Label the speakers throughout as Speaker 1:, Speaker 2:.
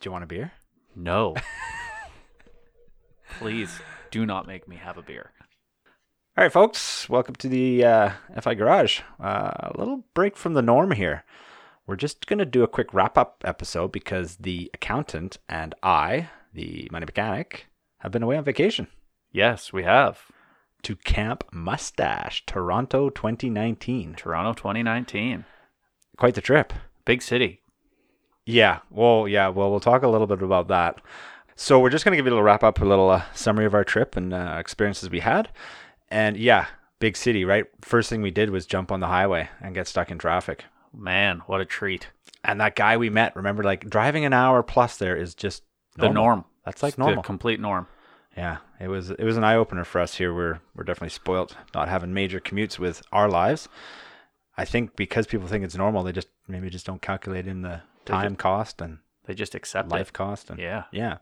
Speaker 1: Do you want a beer?
Speaker 2: No. Please do not make me have a beer.
Speaker 1: All right, folks, welcome to the uh, FI Garage. Uh, a little break from the norm here. We're just going to do a quick wrap up episode because the accountant and I, the money mechanic, have been away on vacation
Speaker 2: Yes, we have.
Speaker 1: to Camp Mustache, Toronto 2019.
Speaker 2: Toronto 2019.
Speaker 1: Quite the trip.
Speaker 2: Big city.
Speaker 1: Yeah. Well, yeah. Well, we'll talk a little bit about that. So we're just going to give you a little wrap up, a little uh, summary of our trip and uh, experiences we had. And yeah, big city, right? First thing we did was jump on the highway and get stuck in traffic.
Speaker 2: Man, what a treat.
Speaker 1: And that guy we met, remember, like driving an hour plus there is just
Speaker 2: The norm.
Speaker 1: That's like
Speaker 2: It's the
Speaker 1: normal.
Speaker 2: complete norm.
Speaker 1: yeah, it was it was an eye opener for us here. We're we're definitely spoilt not having major commutes with our lives. I think because people think it's normal, they just maybe just don't calculate in the
Speaker 2: They ju-
Speaker 1: time cost and
Speaker 2: They just accept
Speaker 1: life cost and
Speaker 2: it. Yeah.
Speaker 1: yeah.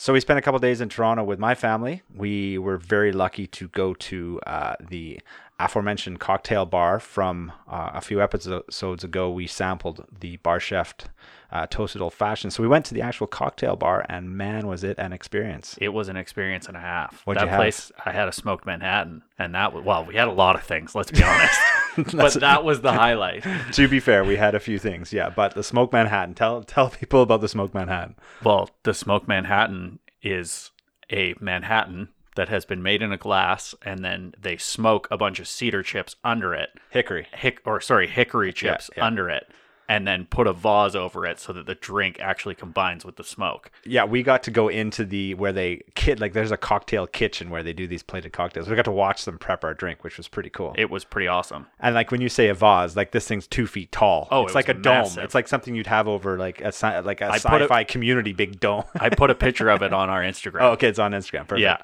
Speaker 1: So we spent a couple days in Toronto with my family. We were very lucky to go to uh, the aforementioned cocktail bar from uh, a few episodes ago. We sampled the bar chef uh, toasted old fashioned. So we went to the actual cocktail bar, and man, was it an experience!
Speaker 2: It was an experience and a half.
Speaker 1: What'd
Speaker 2: that
Speaker 1: you have?
Speaker 2: place, I had a smoked Manhattan, and that was, well, we had a lot of things, let's be honest. but that was the highlight.
Speaker 1: to be fair, we had a few things, yeah. But the smoked Manhattan. Tell tell people about the smoked Manhattan.
Speaker 2: Well, the smoked Manhattan is a Manhattan that has been made in a glass, and then they smoke a bunch of cedar chips under it,
Speaker 1: Hickory.
Speaker 2: hick or sorry, hickory chips
Speaker 1: yeah.
Speaker 2: under it, and then put a vase over it so that the drink actually combines with the smoke.
Speaker 1: Yeah, we got to go into the where they kid like there's a cocktail kitchen where they do these plated cocktails. We got to watch them prep our drink, which was pretty cool.
Speaker 2: It was pretty awesome.
Speaker 1: and like when you say a vase, like this thing's two feet tall.
Speaker 2: Oh,
Speaker 1: it's
Speaker 2: it
Speaker 1: like
Speaker 2: was
Speaker 1: a
Speaker 2: massive.
Speaker 1: dome. It's like something you'd have over like a sci- like a
Speaker 2: I put it-
Speaker 1: sci-fi community big dome.
Speaker 2: I put a picture of it on our Instagram.
Speaker 1: oh, okay, it's on Instagram. Perfect.
Speaker 2: Yeah.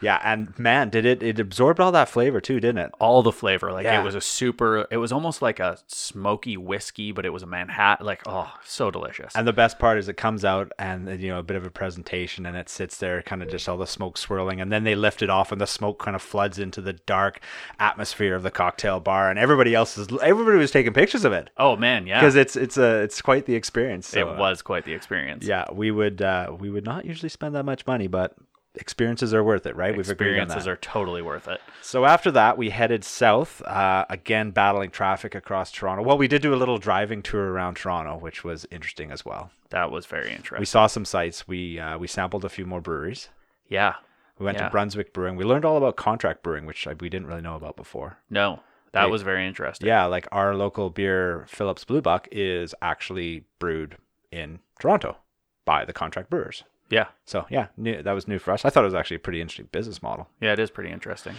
Speaker 1: yeah. And man, did it it absorbed all that flavor too, didn't it?
Speaker 2: all the flavor. Like
Speaker 1: Yeah.
Speaker 2: it was a super. It was almost like a smoky whiskey, but it was a Manhattan. Like oh, so delicious.
Speaker 1: And the best part is it comes out and uh, you know a bit of a presentation and it sits there kind of just all the smoke swirling and then they lift it off and the smoke kind of floods into the dark atmosphere of the cocktail bar and everybody else is everybody was taking pictures of it
Speaker 2: oh man, yeah,
Speaker 1: because
Speaker 2: it,
Speaker 1: it's it's a it's quite the experience. So, uh,
Speaker 2: was quite the experience.
Speaker 1: Yeah, we would uh, we would not usually spend that much money, but experiences are worth it, right? We've agreed on
Speaker 2: experiences
Speaker 1: that.
Speaker 2: are totally worth it.
Speaker 1: so after that, we headed south uh, again, battling traffic across Toronto. Well, we did do a little driving tour around Toronto, which was interesting as well.
Speaker 2: That was very
Speaker 1: We
Speaker 2: interesting.
Speaker 1: saw some sites. We uh, we sampled a few more breweries.
Speaker 2: yeah,
Speaker 1: We went
Speaker 2: Yeah.
Speaker 1: to Brunswick Brewing. We learned all about contract brewing, which I, we didn't really know about before.
Speaker 2: no, that
Speaker 1: Wait.
Speaker 2: was very interesting.
Speaker 1: Yeah, like our local beer, Phillips Blue Buck, is actually brewed in Toronto by the contract brewers.
Speaker 2: Yeah,
Speaker 1: So yeah, new, that was new for us. I thought it was actually a pretty interesting business model.
Speaker 2: yeah, it is pretty interesting.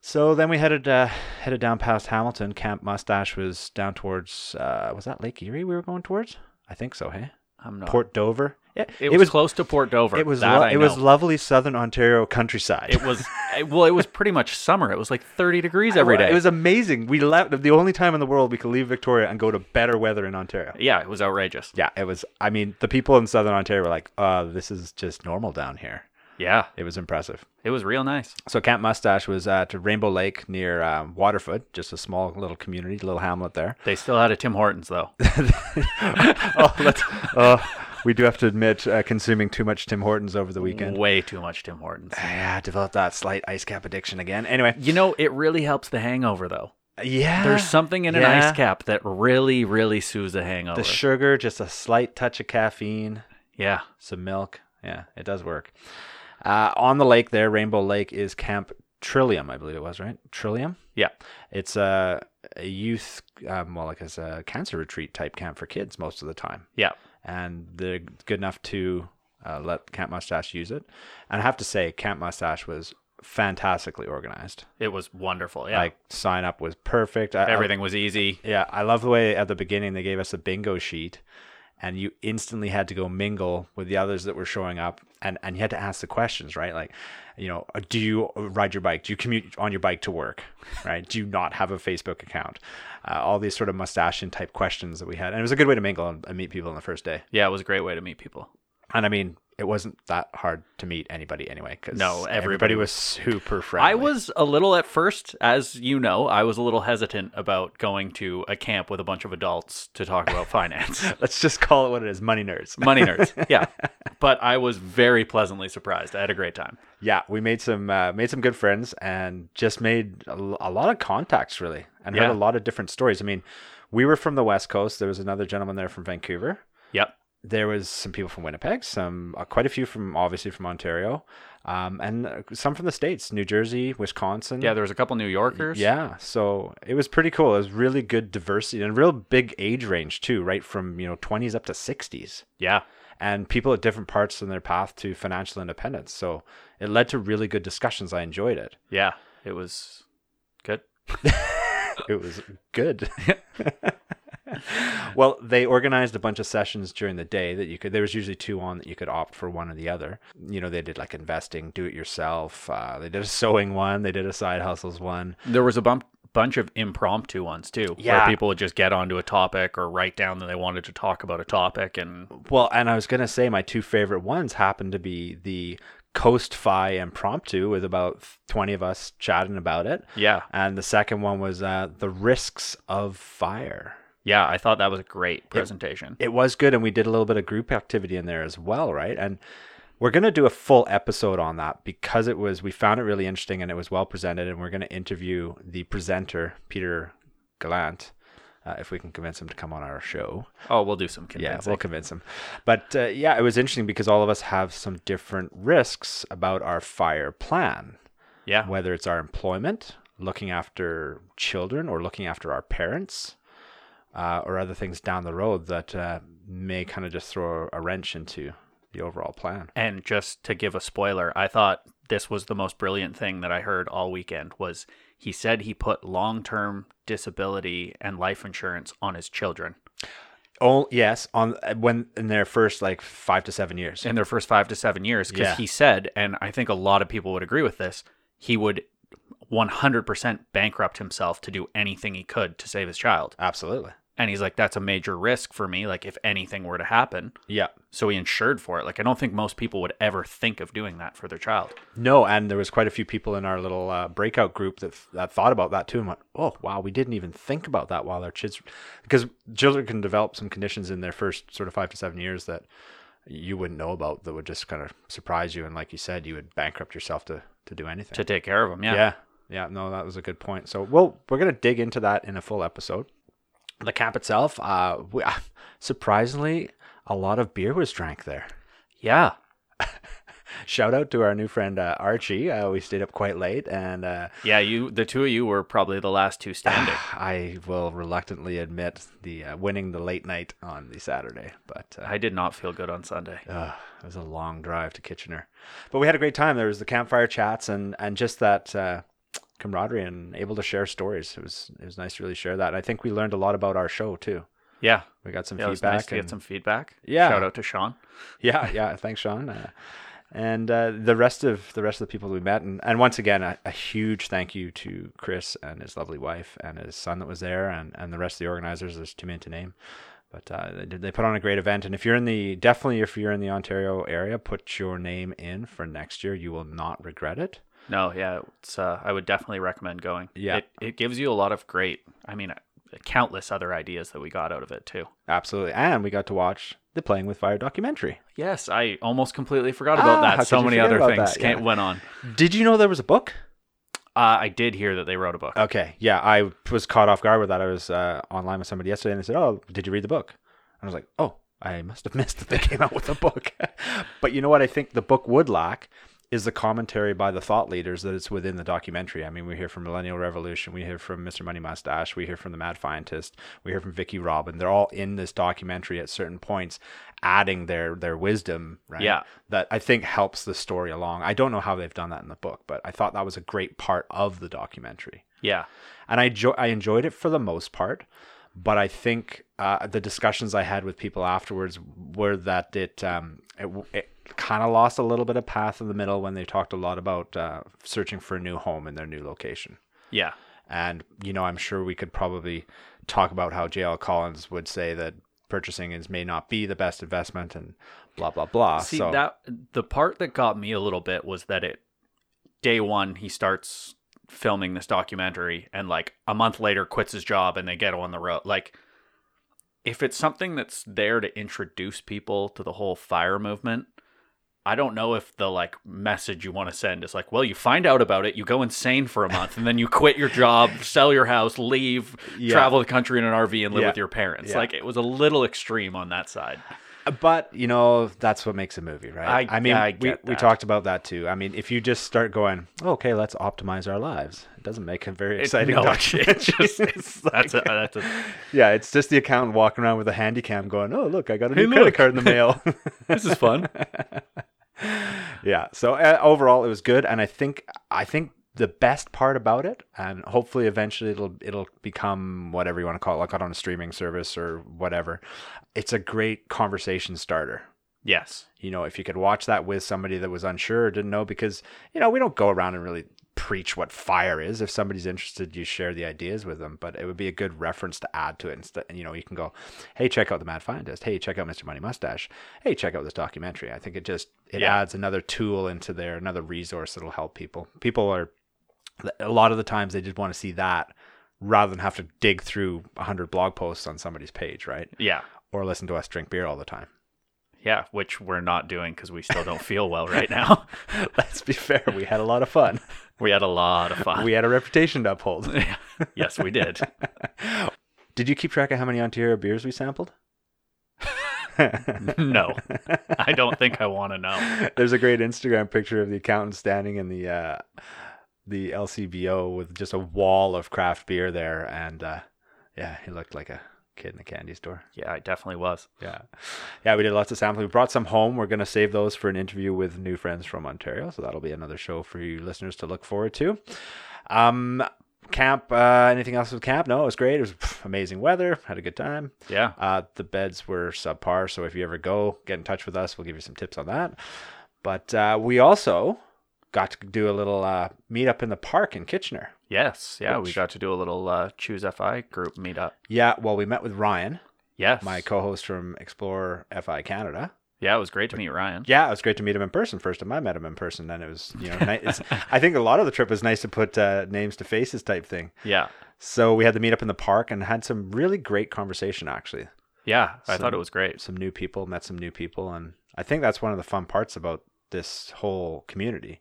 Speaker 1: So then we headed uh, headed down past Hamilton. Camp Mustache was down towards uh, was that Lake Erie we were going towards? I think so. Hey,
Speaker 2: I'm not.
Speaker 1: Port Dover. Yeah,
Speaker 2: it, was, close to Port Dover.
Speaker 1: it was
Speaker 2: That
Speaker 1: lo-
Speaker 2: I
Speaker 1: it was
Speaker 2: know.
Speaker 1: lovely Southern Ontario countryside.
Speaker 2: It was well. It was pretty much summer. It was like 30 degrees every day.
Speaker 1: It was amazing. We left the only time in the world we could leave Victoria and go to better weather in Ontario.
Speaker 2: yeah, it was outrageous.
Speaker 1: Yeah, it was. I mean, the people in Southern Ontario were like, "Uh, this is just normal down here."
Speaker 2: Yeah,
Speaker 1: It was impressive.
Speaker 2: it was real nice.
Speaker 1: So Camp Mustache was at Rainbow Lake near um, Waterford, just a small little community, little hamlet there.
Speaker 2: They still had a Tim Hortons though.
Speaker 1: oh, let's, oh, we do have to admit uh, consuming too much Tim Hortons over the weekend.
Speaker 2: Way too much Tim Hortons.
Speaker 1: Yeah, developed that slight ice cap addiction again. Anyway,
Speaker 2: You know, it really helps the hangover though.
Speaker 1: yeah,
Speaker 2: There's something in an
Speaker 1: Yeah.
Speaker 2: ice cap that really, really soothes a hangover.
Speaker 1: the sugar, just a slight touch of caffeine,
Speaker 2: yeah.
Speaker 1: some milk. Yeah, it does work. Uh, on the lake there, Rainbow Lake is Camp Trillium, I believe it was right. Trillium.
Speaker 2: Yeah.
Speaker 1: It's a, a youth, um, well, like it's a cancer retreat type camp for kids most of the time.
Speaker 2: Yeah.
Speaker 1: and they're good enough to uh, let Camp Mustache use it. And I have to say, Camp Mustache was fantastically organized.
Speaker 2: It was wonderful. Yeah.
Speaker 1: Like sign up was perfect. I, I-
Speaker 2: Everything was easy.
Speaker 1: yeah, I love the way at the beginning they gave us a bingo sheet, and you instantly had to go mingle with the others that were showing up, and and you had to ask the questions, right? Like, you know, uh, do you ride your bike? Do you commute on your bike to work? Right? do you not have a Facebook account? Uh, all these sort of mustachian type questions that we had, and it was a good way to mingle and, and meet people on the first day.
Speaker 2: Yeah, it was a great way to meet people.
Speaker 1: And I mean, it wasn't that hard to meet anybody anyway. 'cause
Speaker 2: No, everybody
Speaker 1: everybody
Speaker 2: was-
Speaker 1: was super friendly.
Speaker 2: I was a little at first, as you know, I was a little hesitant about going to a camp with a bunch of adults to talk about finance.
Speaker 1: Let's just call it what it is, money nerds.
Speaker 2: Money nerds. Yeah. But I was very pleasantly surprised. I had a great time.
Speaker 1: yeah, we made some uh, made some good friends and just made a, l- a lot of contacts really, and
Speaker 2: Yeah.
Speaker 1: heard a lot of different stories. I mean, we were from the West Coast. There was another gentleman there from Vancouver.
Speaker 2: Yep.
Speaker 1: There was some people from Winnipeg, some uh, quite a few from obviously from Ontario, um, and uh, some from the states, New Jersey, Wisconsin.
Speaker 2: Yeah, there was a couple New Yorkers.
Speaker 1: Yeah, so it was pretty cool. It was really good diversity and a real big age range too, right from you know twenties up to sixties,
Speaker 2: Yeah.
Speaker 1: and people at different parts in their path to financial independence. So it led to really good discussions. I enjoyed it.
Speaker 2: Yeah. It was good.
Speaker 1: It was good. well, they organized a bunch of sessions during the day that you could. There was usually two on that you could opt for one or the other. You know, they did like investing, do it yourself. Uh, they did a sewing one. They did a side hustles one.
Speaker 2: There was a bump, bunch of impromptu ones too,
Speaker 1: Yeah.
Speaker 2: where people would just get onto a topic or write down that they wanted to talk about a topic. And
Speaker 1: Well, and I was gonna say my two favorite ones happened to be the Coast Fi impromptu with about twenty of us chatting about it,
Speaker 2: yeah.
Speaker 1: and the second one was uh, the risks of fire.
Speaker 2: Yeah. I thought that was a great presentation.
Speaker 1: It was good, and we did a little bit of group activity in there as well, right? And we're gonna do a full episode on that because it was we found it really interesting and it was well presented, and we're gonna interview the presenter Peter Gallant. Uh, if we can convince him to come on our show,
Speaker 2: oh, we'll do some
Speaker 1: yeah,
Speaker 2: convincing.
Speaker 1: we'll convince him. But uh, yeah, it was interesting because all of us have some different risks about our fire plan,
Speaker 2: yeah.
Speaker 1: whether it's our employment, looking after children, or looking after our parents, uh, or other things down the road that uh, may kind of just throw a wrench into the overall plan.
Speaker 2: And just to give a spoiler, I thought this was the most brilliant thing that I heard all weekend was he said he put long-term disability and life insurance on his children
Speaker 1: Oh yes, on when in their first like five to seven years.
Speaker 2: in their first 5 to 7 years cuz
Speaker 1: Yeah.
Speaker 2: he said and I think a lot of people would agree with this, he would 100% bankrupt himself to do anything he could to save his child.
Speaker 1: Absolutely.
Speaker 2: And he's like that's a major risk for me like if anything were to happen.
Speaker 1: Yeah.
Speaker 2: So he insured for it. Like I don't think most people would ever think of doing that for their child.
Speaker 1: No, and there was quite a few people in our little uh, breakout group that that thought about that too and went, "Oh, wow, we didn't even think about that while our kids, because children can develop some conditions in their first sort of five to seven years that you wouldn't know about that would just kind of surprise you, and like you said, you would bankrupt yourself to to do anything."
Speaker 2: To take care of them.
Speaker 1: yeah, yeah, no, that was a good point. So, well, we're gonna dig into that in a full episode. The camp itself, uh, we, surprisingly, a lot of beer was drank there.
Speaker 2: Yeah.
Speaker 1: Shout out to our new friend uh, Archie. Uh, we stayed up quite late, and uh,
Speaker 2: Yeah, you the two of you were probably the last two standing.
Speaker 1: I will reluctantly admit the uh, winning the late night on the Saturday, but uh,
Speaker 2: I did not feel good on Sunday.
Speaker 1: uh, it was a long drive to Kitchener. But we had a great time. There was the campfire chats and and just that uh, camaraderie and able to share stories. It was it was nice to really share that. And I think we learned a lot about our show too.
Speaker 2: Yeah.
Speaker 1: We got some
Speaker 2: Yeah, it was
Speaker 1: feedback.
Speaker 2: nice to
Speaker 1: and-
Speaker 2: get some feedback.
Speaker 1: Yeah.
Speaker 2: Shout out to Sean.
Speaker 1: yeah yeah thanks sean uh, and uh, the rest of the rest of the people that we met and, and once again a, a huge thank you to chris and his lovely wife and his son that was there and, and the rest of the organizers there's too many to name but uh, they, did- they put on a great event and if you're in the definitely if you're in the ontario area put your name in for next year you will not regret it
Speaker 2: No, yeah, it's, uh, I would definitely recommend going.
Speaker 1: Yeah.
Speaker 2: It, it gives you a lot of great, I mean, uh, countless other ideas that we got out of it too.
Speaker 1: absolutely and we got to watch the playing with fire documentary
Speaker 2: Yes, I almost completely forgot about
Speaker 1: Ah, how
Speaker 2: that.
Speaker 1: could
Speaker 2: So
Speaker 1: you
Speaker 2: many
Speaker 1: forget
Speaker 2: other
Speaker 1: about
Speaker 2: things
Speaker 1: that?
Speaker 2: came,
Speaker 1: Yeah.
Speaker 2: went on.
Speaker 1: did you know there was a book
Speaker 2: Uh, I did hear that they wrote a book.
Speaker 1: Okay. Yeah, I was caught off guard with that. I was uh, online with somebody yesterday and they said, Oh, did you read the book? And I was like, Oh, I must have missed that they came out with a book. but you know what I think the book would lack is the commentary by the thought leaders that it's within the documentary. I mean, we hear from Millennial Revolution, we hear from Mr. Money Mustache, we hear from the Mad Scientist, we hear from Vicky Robin. They're all in this documentary at certain points, adding their their wisdom, right?
Speaker 2: Yeah.
Speaker 1: That I think helps the story along. I don't know how they've done that in the book, but I thought that was a great part of the documentary
Speaker 2: Yeah.
Speaker 1: and I jo- I enjoyed it for the most part. But I think uh, the discussions I had with people afterwards were that it um, it, w- it kind of lost a little bit of path in the middle when they talked a lot about uh, searching for a new home in their new location.
Speaker 2: Yeah.
Speaker 1: And you know, I'm sure we could probably talk about how J.L. Collins would say that purchasing is may not be the best investment and blah blah blah.
Speaker 2: See
Speaker 1: Ah, so
Speaker 2: that the part that got me a little bit was that it day one he starts filming this documentary and like a month later quits his job and they get on the road. Like if it's something that's there to introduce people to the whole fire movement, I don't know if the like message you want to send is like, well, you find out about it, you go insane for a month, and then you quit your job, sell your house, leave,
Speaker 1: Yeah.
Speaker 2: travel the country in an RV, and live
Speaker 1: Yeah.
Speaker 2: with your parents.
Speaker 1: Yeah.
Speaker 2: Like it was a little extreme on that side.
Speaker 1: But you know, that's what makes a movie, right?
Speaker 2: I-
Speaker 1: mean,
Speaker 2: I
Speaker 1: we,
Speaker 2: get
Speaker 1: we
Speaker 2: that.
Speaker 1: talked about that too. I mean, if you just start going, okay, let's optimize our lives, it doesn't make a very
Speaker 2: It-
Speaker 1: exciting
Speaker 2: no,
Speaker 1: documentary.
Speaker 2: it just- it's- that's a- that's a-
Speaker 1: yeah, it's just the accountant walking around with a handy cam, going, "Oh, look, I got a
Speaker 2: Hey,
Speaker 1: new credit
Speaker 2: look."
Speaker 1: card in the mail."
Speaker 2: This is fun.
Speaker 1: yeah. So uh, overall, it was good, and I think I think the best part about it, and hopefully eventually it'll it'll become whatever you want to call it, like on a streaming service or whatever. It's a great conversation starter
Speaker 2: yes.
Speaker 1: you know, if you could watch that with somebody that was unsure or didn't know, because, you know, we don't go around and really preach what fire is. If somebody's interested, you share the ideas with them, but it would be a good reference to add to it. Instead, you know, you can go, hey, check out the Mad Scientist. Hey, check out Mr. Money Mustache. Hey, check out this documentary. I think it just, it
Speaker 2: Yeah.
Speaker 1: adds another tool into there, another resource that'll help people. People are, a lot of the times they just want to see that rather than have to dig through 100 blog posts on somebody's page, right?
Speaker 2: Yeah.
Speaker 1: Or listen to us drink beer all the time.
Speaker 2: Yeah, which we're not doing because we still don't feel well right now.
Speaker 1: Let's be fair, we had a lot of fun.
Speaker 2: we had a lot of fun.
Speaker 1: we had a reputation to uphold.
Speaker 2: yes, we did.
Speaker 1: Did you keep track of how many Ontario beers we sampled?
Speaker 2: No, I don't think I want to know.
Speaker 1: There's a great Instagram picture of the accountant standing in the uh, the LCBO with just a wall of craft beer there, and uh, yeah, he looked like a kid in a candy store.
Speaker 2: Yeah, I definitely was.
Speaker 1: Yeah, yeah, we did lots of sampling. We brought some home. We're gonna save those for an interview with new friends from Ontario, so that'll be another show for you listeners to look forward to. Um, camp. Uh, anything else with camp? No, it was great. It was pff, amazing weather. Had a good time.
Speaker 2: Yeah.
Speaker 1: Uh, the beds were subpar, so if you ever go, get in touch with us. We'll give you some tips on that. But uh, we also got to do a little uh, meetup in the park in Kitchener.
Speaker 2: Yes. Yeah, we
Speaker 1: Which-
Speaker 2: got to do a little uh, Choose FI group meetup.
Speaker 1: Yeah, well, we met with Ryan,
Speaker 2: Yes.
Speaker 1: my co-host from Explore FI Canada.
Speaker 2: Yeah, it was great to meet Ryan.
Speaker 1: Yeah, it was great to meet him in person. First time I met him in person, and it was you know, ni- it's, I think a lot of the trip was nice to put uh, names to faces type thing.
Speaker 2: Yeah.
Speaker 1: So we had the meetup in the park and had some really great conversation actually.
Speaker 2: Yeah, I thought
Speaker 1: So-
Speaker 2: it was great.
Speaker 1: Some new people, met some new people, and I think that's one of the fun parts about this whole community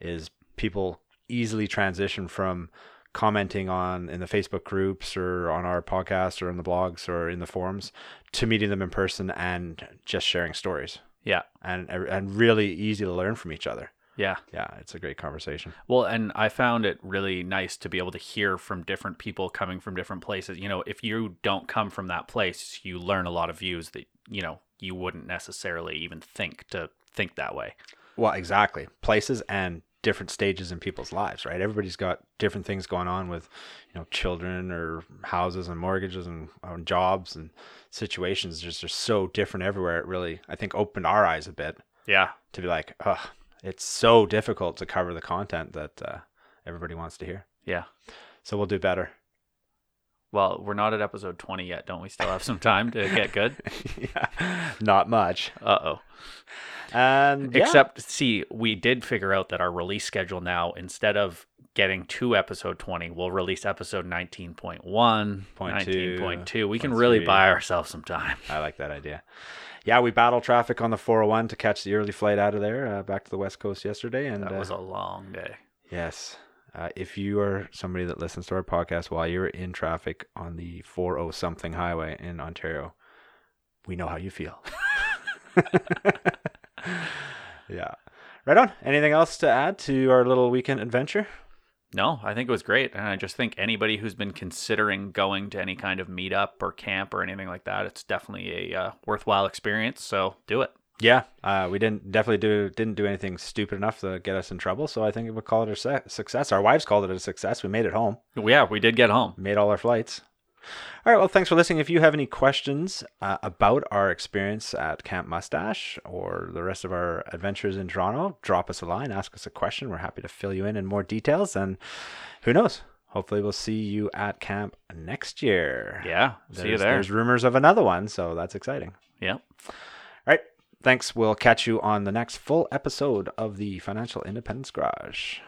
Speaker 1: is people easily transition from commenting on in the Facebook groups or on our podcast or in the blogs or in the forums to meeting them in person and just sharing stories
Speaker 2: Yeah.
Speaker 1: and er, and really easy to learn from each other.
Speaker 2: Yeah.
Speaker 1: Yeah, it's a great conversation.
Speaker 2: Well, and I found it really nice to be able to hear from different people coming from different places. You know, if you don't come from that place, you learn a lot of views that, you know, you wouldn't necessarily even think to think that way.
Speaker 1: Well, exactly. Places and different stages in people's lives, right? Everybody's got different things going on with, you know, children or houses and mortgages and, and jobs and situations just are so different everywhere. It really, I think, opened our eyes a bit
Speaker 2: Yeah.
Speaker 1: to be like, ugh, it's so difficult to cover the content that uh, everybody wants to hear.
Speaker 2: Yeah.
Speaker 1: So we'll do better.
Speaker 2: Well, we're not at episode 20 yet. Don't we still have some time to get good?
Speaker 1: yeah, not much.
Speaker 2: Uh oh.
Speaker 1: And yeah.
Speaker 2: Except, see, we did figure out that our release schedule now, instead of getting to episode 20, we'll release episode 19.1,
Speaker 1: Point two,
Speaker 2: 19.2. We can
Speaker 1: point
Speaker 2: really
Speaker 1: three.
Speaker 2: buy ourselves some time.
Speaker 1: I like that idea. Yeah, we battled traffic on the 401 to catch the early flight out of there uh, back to the West Coast yesterday. And
Speaker 2: That
Speaker 1: uh,
Speaker 2: was a long day.
Speaker 1: yes, uh, if you are somebody that listens to our podcast while you're in traffic on the 40 something highway in Ontario, we know how you feel. yeah. Right on. Anything else to add to our little weekend adventure?
Speaker 2: No, I think it was great. And I just think anybody who's been considering going to any kind of meetup or camp or anything like that, it's definitely a uh, worthwhile experience. So do it.
Speaker 1: Yeah, uh, we didn't definitely do didn't do anything stupid enough to get us in trouble. So I think we'll call it a se- success. Our wives called it a success. We made it home.
Speaker 2: Yeah, we did get home.
Speaker 1: made all our flights. All right, well, thanks for listening. If you have any questions uh, about our experience at Camp Mustache or the rest of our adventures in Toronto, drop us a line, ask us a question. We're happy to fill you in in more details. And who knows? Hopefully, we'll see you at camp next year.
Speaker 2: Yeah. see you
Speaker 1: There's-
Speaker 2: there.
Speaker 1: There's rumors of another one, so that's exciting.
Speaker 2: Yep.
Speaker 1: All right. Thanks. We'll catch you on the next full episode of the Financial Independence Garage.